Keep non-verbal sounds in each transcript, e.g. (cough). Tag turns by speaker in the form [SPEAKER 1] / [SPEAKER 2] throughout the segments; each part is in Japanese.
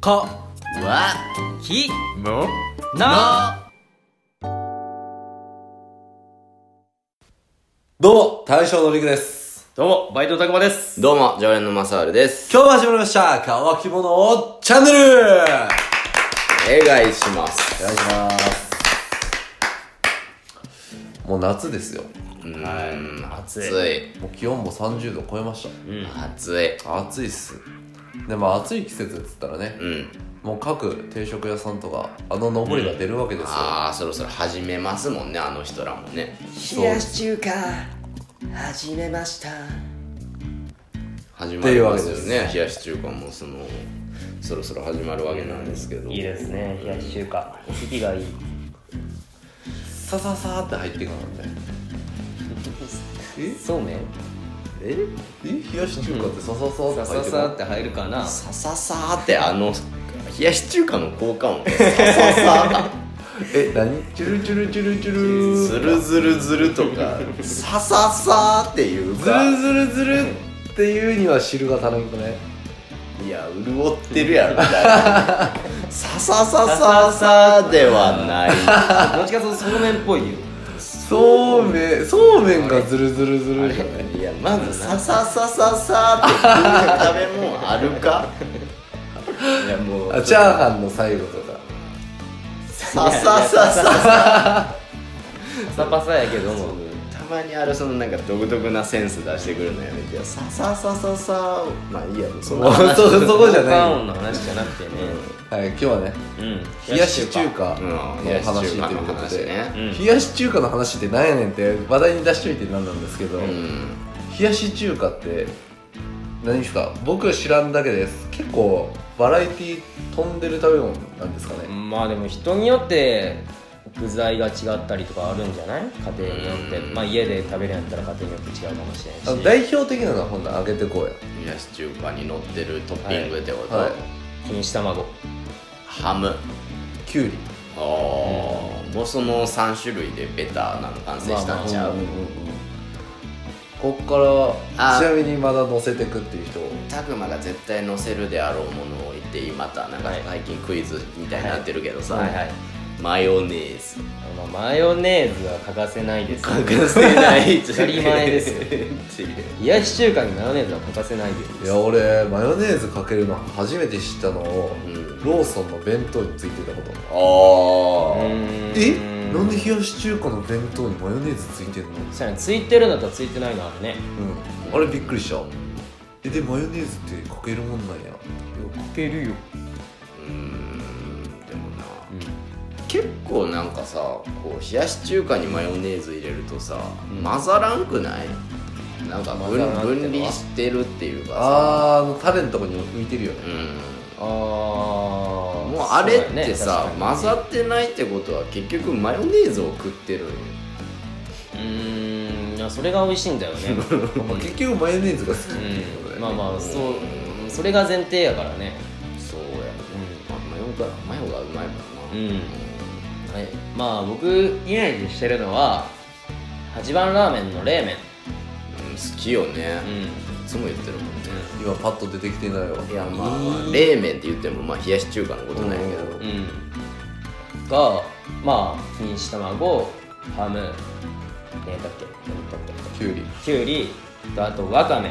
[SPEAKER 1] か
[SPEAKER 2] わ
[SPEAKER 1] き
[SPEAKER 2] も
[SPEAKER 1] な
[SPEAKER 3] どうも、大将のりくです。
[SPEAKER 1] どうもバイトたくまです
[SPEAKER 2] どうも常連のマサールです
[SPEAKER 3] 今日も始まりました、乾き物をチャンネルお願
[SPEAKER 2] お願いします
[SPEAKER 3] いします。もう夏ですよ。
[SPEAKER 2] はい
[SPEAKER 1] 暑
[SPEAKER 2] 暑
[SPEAKER 1] い
[SPEAKER 2] い
[SPEAKER 3] もう気温も30度超えまし
[SPEAKER 2] 暑い
[SPEAKER 3] た。暑いっす。で、まあ暑い季節っつったらね、
[SPEAKER 2] うん
[SPEAKER 3] もう各定食屋さんとか、あの上りが出るわけですよ。
[SPEAKER 2] ああそろそろ始めますもんねあの人らもね
[SPEAKER 3] そう
[SPEAKER 4] 冷やし中華始めました
[SPEAKER 2] 始まりますよ
[SPEAKER 3] っていうわけ
[SPEAKER 2] ね冷やし中華もそのそろそろ始まるわけなんですけど
[SPEAKER 1] いいですね冷やし中華お席がいい
[SPEAKER 3] さささーって入ってくるので。え
[SPEAKER 1] そうめん
[SPEAKER 2] え
[SPEAKER 3] え冷やし中華ってさささ
[SPEAKER 1] さ
[SPEAKER 3] ーって入っ
[SPEAKER 1] さ
[SPEAKER 3] てく
[SPEAKER 1] さ
[SPEAKER 3] る
[SPEAKER 1] って入るかな
[SPEAKER 2] さささーってあの冷やし中華の効果音さささ
[SPEAKER 1] (laughs)
[SPEAKER 3] え、何チュルチュルチュルチュル
[SPEAKER 2] ーずるずるずるとかさささーっていう
[SPEAKER 3] ず
[SPEAKER 2] か
[SPEAKER 3] るずるずるっていうには汁が足らんくね
[SPEAKER 2] いや潤ってるやろみたいな
[SPEAKER 1] (laughs)
[SPEAKER 2] さささささではない
[SPEAKER 1] どっちかというとそうめんっぽいよ
[SPEAKER 3] そうめんそうめんがずるずるずるじゃない
[SPEAKER 2] いやまずさささささっていう食べ物あるかいやも
[SPEAKER 3] あチャーハンの最後とか
[SPEAKER 2] ささささ
[SPEAKER 1] サパサやけども
[SPEAKER 2] たまにあるそのなんか独特なセンス出してくるのやめてよさささささまあいいやもうその話
[SPEAKER 3] そそこじゃ
[SPEAKER 1] 効果
[SPEAKER 3] な
[SPEAKER 1] 音の話じゃなくてね
[SPEAKER 3] い、はい、今日はね
[SPEAKER 1] うん
[SPEAKER 3] 冷やし中華
[SPEAKER 2] うん
[SPEAKER 3] の
[SPEAKER 2] 冷やし
[SPEAKER 3] 話
[SPEAKER 2] 中華
[SPEAKER 3] という
[SPEAKER 2] の
[SPEAKER 3] こと
[SPEAKER 2] 話
[SPEAKER 3] で、
[SPEAKER 2] ね
[SPEAKER 1] うん
[SPEAKER 3] 冷やし中華の話ってなんやねんって話題に出しといてなんなんですけど、
[SPEAKER 2] うん
[SPEAKER 3] 冷やし中華って何ですか僕知らんだけです結構バラエティ飛んでる食べ物なんですかね、
[SPEAKER 1] まあでも人によって具材が違ったりとかあるんじゃない家庭によって
[SPEAKER 2] うん
[SPEAKER 1] まあ家で食べるんやったら家庭によって違うかもしれ
[SPEAKER 3] あ
[SPEAKER 1] な
[SPEAKER 3] の
[SPEAKER 1] いし
[SPEAKER 3] 代表的なのはほんなら揚げてこうや
[SPEAKER 2] 冷やし中華に乗ってるトッピングってこと、
[SPEAKER 3] はいはい
[SPEAKER 1] 錦糸卵
[SPEAKER 2] ハム
[SPEAKER 3] きゅうり
[SPEAKER 2] あーもうその3種類でベターなの完成したんちゃう、
[SPEAKER 3] んんんこっから
[SPEAKER 2] あ
[SPEAKER 3] ちなみにまだ乗せてくっていう人
[SPEAKER 2] たくまが絶対載せるであろうものを言っていいまたなんか
[SPEAKER 1] はい
[SPEAKER 2] 最近クイズみたいになってるけどさ、
[SPEAKER 1] はいはい
[SPEAKER 2] マヨネーズ
[SPEAKER 1] まあマヨネーズは欠かせないです
[SPEAKER 2] 欠かせない
[SPEAKER 1] 当たり前ですよ
[SPEAKER 2] っていう
[SPEAKER 1] 冷やし中華にマヨネーズは欠かせないで
[SPEAKER 3] い
[SPEAKER 1] す
[SPEAKER 3] や俺マヨネーズかけるの初めて知ったのを、
[SPEAKER 2] うん
[SPEAKER 3] ローソンの弁当についてたこと
[SPEAKER 2] あー
[SPEAKER 3] えなん
[SPEAKER 1] で
[SPEAKER 3] で冷やし中華の弁当にマヨネーズついてんの、
[SPEAKER 1] そうやねついてるのとついてないのあるね
[SPEAKER 3] うん、あれびっくりしたえでマヨネーズってかけるもんなんや
[SPEAKER 1] かけるよ
[SPEAKER 2] うーんでもな、結構なんかさこう冷やし中華にマヨネーズ入れるとさ、
[SPEAKER 1] うん
[SPEAKER 2] 混ざらんくないなんか分
[SPEAKER 1] 混ざらんってのは
[SPEAKER 2] 分離してるっていうかさ
[SPEAKER 3] あーあのタレのとこに浮いてるよね
[SPEAKER 2] うん
[SPEAKER 1] ああ
[SPEAKER 2] もうあれってさ、混ざってないってことは結局マヨネーズを食ってるんよ
[SPEAKER 1] うーんいやそれが美味しいんだよ
[SPEAKER 2] (laughs)
[SPEAKER 1] ね
[SPEAKER 3] まあ結局マヨネーズが好きっていうことだよね、
[SPEAKER 1] うんまあまあそうそれが前提やからね
[SPEAKER 2] そうやね、まあ、マヨがマヨがうまいもん
[SPEAKER 1] う
[SPEAKER 2] な
[SPEAKER 1] んはいまあ僕イメージしてるのは八番ラーメンの冷麺
[SPEAKER 2] うん好きよね、
[SPEAKER 1] うん
[SPEAKER 2] いつも言ってるもんね
[SPEAKER 3] 今パッと出てきてないわ
[SPEAKER 2] いやまあ、冷麺って言ってもまあ冷やし中華のことなんやけど
[SPEAKER 3] うん
[SPEAKER 1] うんがまあ錦糸卵ハム何だっけ何だっ
[SPEAKER 3] きゅうり
[SPEAKER 1] けきゅうりとあとわかめ、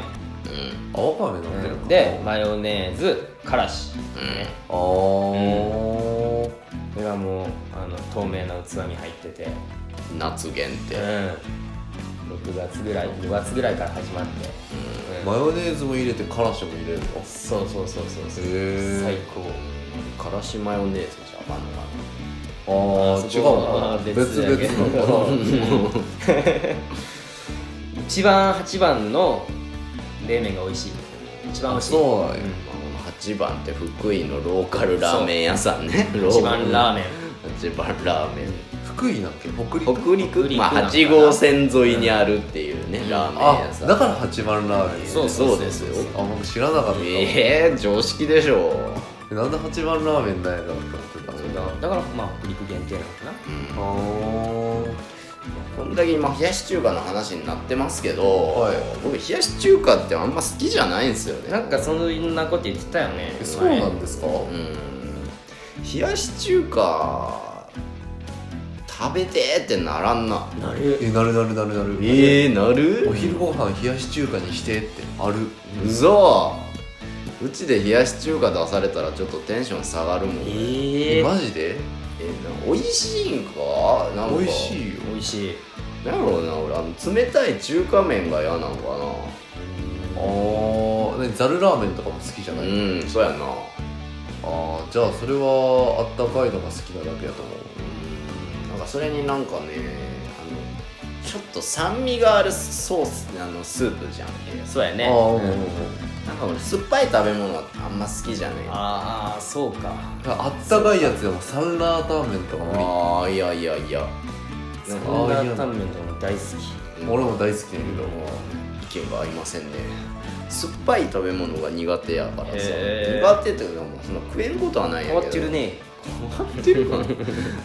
[SPEAKER 2] うん
[SPEAKER 3] あわかめ飲んでるのか
[SPEAKER 1] でマヨネーズからしね
[SPEAKER 3] あー、
[SPEAKER 1] これがもうあの透明な器に入ってて
[SPEAKER 2] うん夏限定、
[SPEAKER 1] うん6月ぐらい5月ぐらいから始まって、うん
[SPEAKER 3] マヨネーズも入れてからしも入れるの
[SPEAKER 1] そうそうそうそうそう
[SPEAKER 3] へー
[SPEAKER 1] 最高
[SPEAKER 2] からしマヨネーズじゃあかんのか
[SPEAKER 3] ああ
[SPEAKER 1] そ
[SPEAKER 3] 違う
[SPEAKER 1] こ
[SPEAKER 3] の
[SPEAKER 1] は
[SPEAKER 3] かな
[SPEAKER 1] 別
[SPEAKER 3] 別
[SPEAKER 1] や
[SPEAKER 3] 々
[SPEAKER 1] けど
[SPEAKER 3] のかな
[SPEAKER 1] 一番8番の冷麺が美味しい一番美
[SPEAKER 3] あ
[SPEAKER 1] 味しい
[SPEAKER 3] (laughs) そうなんや
[SPEAKER 2] な、まあ、8番って福井のローカルラーメン屋さんね
[SPEAKER 1] 一番ラーメン
[SPEAKER 2] 8番ラーメン
[SPEAKER 3] 福井なんけ北陸
[SPEAKER 2] 北陸
[SPEAKER 1] 北陸
[SPEAKER 2] ま
[SPEAKER 1] なん
[SPEAKER 2] あ
[SPEAKER 1] か
[SPEAKER 2] 8号線沿いにあるっていうね、ラーメン
[SPEAKER 3] あ
[SPEAKER 2] 屋さん
[SPEAKER 3] だから八番ラーメン
[SPEAKER 1] そう
[SPEAKER 2] そうですよ
[SPEAKER 3] あ僕知らなかったえ
[SPEAKER 2] ええ常識でしょ
[SPEAKER 3] なんで八番ラーメンなんやろうって思ってた
[SPEAKER 1] そうだだからまあ北陸限定なのかな
[SPEAKER 3] あー
[SPEAKER 2] こんだけ今冷やし中華の話になってますけど、
[SPEAKER 3] はい
[SPEAKER 2] 僕冷やし中華ってあんま好きじゃないんですよね
[SPEAKER 1] なんかそんなこと言ってたよね
[SPEAKER 3] えそうなんですか
[SPEAKER 2] うん冷やし中華食べてーってならんな
[SPEAKER 1] なる
[SPEAKER 3] えなるなるなるなる
[SPEAKER 2] えー、なる
[SPEAKER 3] お昼ご飯冷やし中華にしてってある
[SPEAKER 2] うぞうちで冷やし中華出されたらちょっとテンション下がるもんね、
[SPEAKER 1] ええ
[SPEAKER 3] マジで
[SPEAKER 2] えーな美味しいんかなんか
[SPEAKER 3] 美味しいよ
[SPEAKER 1] 美味しい
[SPEAKER 2] なんやろうな俺あの冷たい中華麺が嫌なのか
[SPEAKER 3] あーねざるラーメンとかも好きじゃ
[SPEAKER 2] な
[SPEAKER 3] ない、
[SPEAKER 2] うんそうやな
[SPEAKER 3] あーじゃあそれはあったかいのが好きなだけやと思う
[SPEAKER 2] なんかそれになんかねあのちょっと酸味があるソースあのスープじゃん
[SPEAKER 1] そうやね
[SPEAKER 3] ああ、うんうん
[SPEAKER 1] う
[SPEAKER 3] うんん
[SPEAKER 2] なんか俺酸っぱい食べ物はあんま好きじゃないあ
[SPEAKER 1] ああそうか
[SPEAKER 3] あったかいやつでもサンラータンメンとか無理
[SPEAKER 2] あーいやいやいや
[SPEAKER 1] サン
[SPEAKER 3] あ
[SPEAKER 1] ラ
[SPEAKER 3] ーいいよ
[SPEAKER 1] ータンメンとかも大好き
[SPEAKER 3] 俺も大好きだけど
[SPEAKER 2] 意見が合いませんね酸っぱい食べ物が苦手やからさ、
[SPEAKER 1] へー
[SPEAKER 2] 苦手っていうかもうその食えんことはないんや
[SPEAKER 1] 変
[SPEAKER 2] けど
[SPEAKER 1] わってるね
[SPEAKER 2] 変わってるかなだか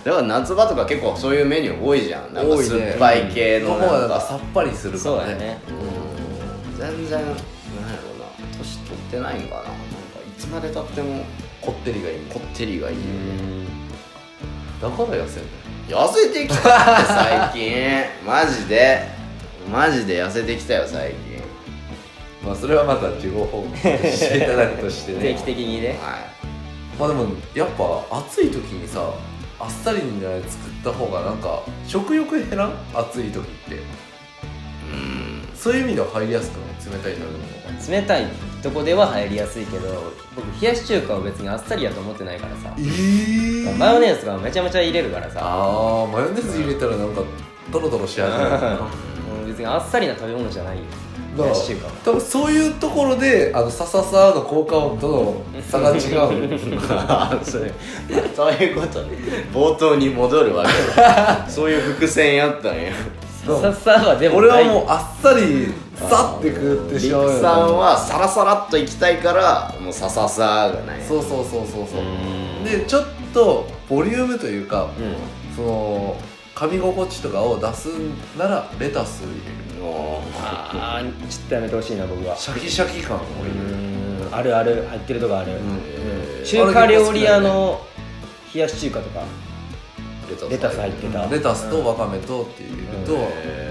[SPEAKER 2] ら夏場とか結構そういうメニュー多いじゃんなんか酸っぱい系
[SPEAKER 3] そ
[SPEAKER 2] の
[SPEAKER 3] こは
[SPEAKER 2] な
[SPEAKER 3] なんん
[SPEAKER 2] か
[SPEAKER 3] かさっぱりするか
[SPEAKER 1] そう
[SPEAKER 3] ら
[SPEAKER 1] や
[SPEAKER 3] ね
[SPEAKER 1] ね
[SPEAKER 2] うん全然なんやろうな年取ってないんかななんかいつまでたっても
[SPEAKER 3] こってりがいい
[SPEAKER 2] こってりがいい、
[SPEAKER 3] だから痩せんだよ
[SPEAKER 2] 痩せてきたって最近マジでマジで痩せてきたよ最近
[SPEAKER 3] まあそれはまた自己報告していただくと (laughs) して
[SPEAKER 1] 定
[SPEAKER 3] ね
[SPEAKER 1] 期的にね
[SPEAKER 2] はい
[SPEAKER 3] まあでもやっぱ暑い時にさあっさりに作った方がなんか食欲減らん暑い時って
[SPEAKER 2] うん
[SPEAKER 3] そういう意味では入りやすくない冷たい食べ物が
[SPEAKER 1] 冷たいとこでは入りやすいけど僕冷やし中華は別にあっさりやと思ってないからさ
[SPEAKER 3] えー
[SPEAKER 1] マヨネーズとかめちゃめちゃ入れるからさ
[SPEAKER 3] あーマヨネーズ入れたらなんかドロドロし始めるな
[SPEAKER 1] もう別にあっさりな食べ物じゃないよ冷
[SPEAKER 3] だ
[SPEAKER 1] や
[SPEAKER 3] か
[SPEAKER 1] し中華は
[SPEAKER 3] ら多分そういうところであのサササの効果音との差が (laughs) 違う
[SPEAKER 2] あそれそういうことね冒頭に戻るわけだそういう伏線やったんや
[SPEAKER 1] さっさはでも
[SPEAKER 3] 俺は
[SPEAKER 1] ない
[SPEAKER 3] もうあっさりさって食って
[SPEAKER 2] リ
[SPEAKER 3] しまうよ
[SPEAKER 2] クさん
[SPEAKER 3] な
[SPEAKER 2] はサラサラっといきたいからもうサササがない
[SPEAKER 3] そうそうそうそうそう
[SPEAKER 1] うーん
[SPEAKER 3] でちょっとボリュームというか
[SPEAKER 1] うん
[SPEAKER 3] その噛み心地とかを出すならレタスを入れる
[SPEAKER 2] おー
[SPEAKER 1] あーちょっとやめてほしいな僕は
[SPEAKER 3] シャキシャキ感を
[SPEAKER 1] う
[SPEAKER 3] 入れる
[SPEAKER 1] ーんあるある入ってるとこある、
[SPEAKER 2] えー
[SPEAKER 1] 中華料理屋の冷やし中華とか
[SPEAKER 2] レタ
[SPEAKER 1] レタス入ってた
[SPEAKER 3] レタスとわかめとって入れると
[SPEAKER 1] う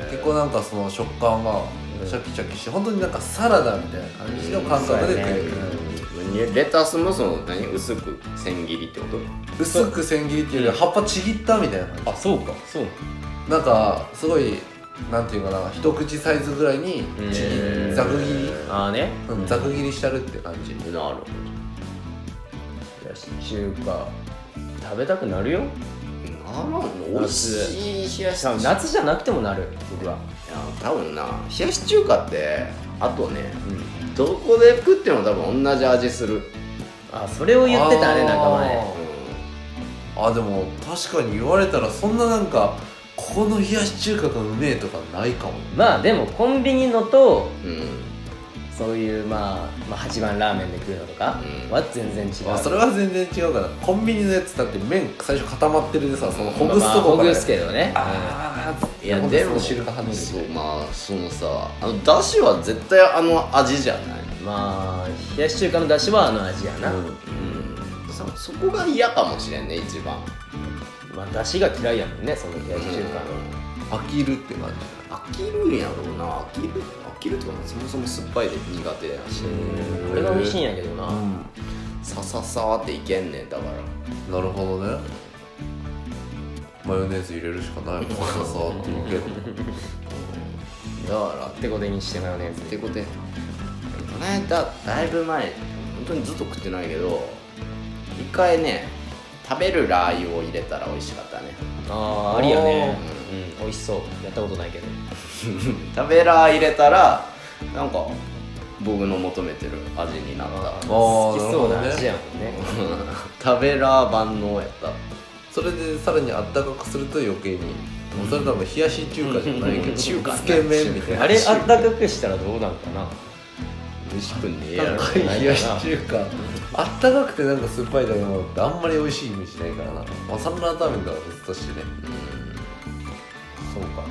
[SPEAKER 1] ん
[SPEAKER 3] 結構なんかその食感がシャキシャキして本当になんかサラダみたいな感じの感覚で食える
[SPEAKER 1] うんそうやね
[SPEAKER 2] レタスもその何薄く千切りってこと
[SPEAKER 3] 薄く千切りっていうより葉っぱちぎったみたいな感じ
[SPEAKER 1] あそうかそう
[SPEAKER 3] なんかすごいなんていうかな一口サイズぐらいにちぎ
[SPEAKER 1] へ
[SPEAKER 3] り
[SPEAKER 1] ー
[SPEAKER 3] ざく切り
[SPEAKER 1] ああね
[SPEAKER 3] うんざく切りしてあるって感じ
[SPEAKER 2] なるほ
[SPEAKER 1] 冷やし中華食べたくなるよ
[SPEAKER 2] どなるほど美味しい冷やし
[SPEAKER 1] 多
[SPEAKER 2] 中
[SPEAKER 1] 分
[SPEAKER 2] 華
[SPEAKER 1] 夏じゃなくてもなる僕は
[SPEAKER 2] 多分な冷やし中華ってあとね
[SPEAKER 1] うん
[SPEAKER 2] どこで食っても多分同じ味する、
[SPEAKER 1] あそれを言ってたね
[SPEAKER 3] あー
[SPEAKER 1] 仲間ね
[SPEAKER 3] あでも確かに言われたらそんななんかここの冷やし中華がうめえとかないかも
[SPEAKER 1] まあでもコンビニのと
[SPEAKER 2] うんうん
[SPEAKER 1] そういうまあ、まあ、8番ラーメンで食うのとか
[SPEAKER 2] うん
[SPEAKER 1] は全然違う、
[SPEAKER 3] あそれは全然違うからコンビニのやつだって麺最初固まってるでさそのほぐすとこ
[SPEAKER 1] まあまあ
[SPEAKER 3] か
[SPEAKER 1] ほ
[SPEAKER 3] ら
[SPEAKER 1] ぐすけどね
[SPEAKER 3] あー
[SPEAKER 2] いや
[SPEAKER 3] ほんと
[SPEAKER 2] でも
[SPEAKER 3] 汁が跳ねて
[SPEAKER 2] そう
[SPEAKER 3] る
[SPEAKER 2] まあそのさあのだしは絶対あの味じゃない
[SPEAKER 1] まあ冷やし中華の出汁はあの味やな、
[SPEAKER 2] うんそそこが嫌かもしれんね一番
[SPEAKER 1] まあ出汁が嫌いやもんねその冷やし中華の、
[SPEAKER 3] 飽きるって感じ
[SPEAKER 2] 飽きるんやろうな飽きる飽きるとかそもそも酸っぱいで苦手やし
[SPEAKER 1] これが美味しいんやけどな、
[SPEAKER 2] さささわっていけんねんだから
[SPEAKER 3] なるほどねマヨネーズ入れるしかないもんささって言うけど
[SPEAKER 2] だから
[SPEAKER 1] てこでにしてマヨネーズ
[SPEAKER 2] ってことでこの間だいぶ前本当にずっと食ってないけど一回ね食べるラー油を入れたら美味しかったね
[SPEAKER 1] ああありやねうん美味しそうやったことないけど
[SPEAKER 2] (laughs) 食べラー入れたらなんか僕の求めてる味になった (laughs)
[SPEAKER 3] ー
[SPEAKER 1] 好きそうな
[SPEAKER 3] なるほどね
[SPEAKER 1] 味やもんね
[SPEAKER 2] 食べラー万能やった
[SPEAKER 3] (laughs) それでさらにあったかくすると余計にもうそれ多分冷やし中華じゃないけど
[SPEAKER 2] 中華ね
[SPEAKER 3] つけ麺みたいな
[SPEAKER 1] あれあったかくしたらどうなんかな
[SPEAKER 2] 美味しくねえやろ
[SPEAKER 3] 高い冷やし中華あったかくてなんか酸っぱい食べ物ってあんまり美味しいイメージないからなまあサンラータンメンとか別としてね
[SPEAKER 2] う
[SPEAKER 1] そうか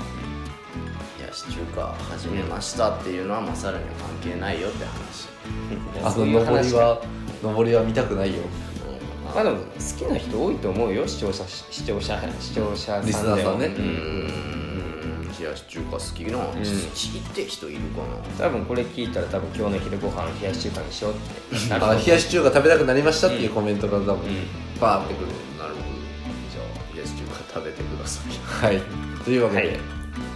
[SPEAKER 2] いやシチューカー始めましたっていうのはまさるには関係ないよって話、
[SPEAKER 1] いや
[SPEAKER 3] あ
[SPEAKER 1] そ
[SPEAKER 3] の
[SPEAKER 1] ういう
[SPEAKER 3] 上り
[SPEAKER 1] 話か
[SPEAKER 3] は上りは見たくないよ
[SPEAKER 2] うん
[SPEAKER 1] まあでも好きな人多いと思うよ視聴者視聴者視聴者
[SPEAKER 3] リスナ
[SPEAKER 1] さん
[SPEAKER 3] ー
[SPEAKER 1] で
[SPEAKER 3] さ
[SPEAKER 1] も
[SPEAKER 3] んね
[SPEAKER 2] うーん冷やし中華好きな、好きって人いるか
[SPEAKER 1] 多分これ聞いたら多分今日の昼ご飯冷やし中華にしようってなると
[SPEAKER 3] あ
[SPEAKER 1] 思う
[SPEAKER 3] 冷やし中華食べたくなりましたっていうコメントが多分
[SPEAKER 1] うん
[SPEAKER 3] バーってくる
[SPEAKER 2] ななるほどじゃあ冷やし中華食べてください
[SPEAKER 3] はいというわけで、
[SPEAKER 1] はい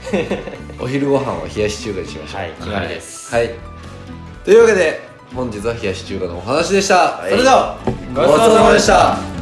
[SPEAKER 3] (laughs) お昼ご飯は冷やし中華にしましょう
[SPEAKER 1] はい決まりです
[SPEAKER 3] はい、というわけで本日は冷やし中華のお話でした、
[SPEAKER 2] い
[SPEAKER 3] それでは
[SPEAKER 1] ごちそうさまでした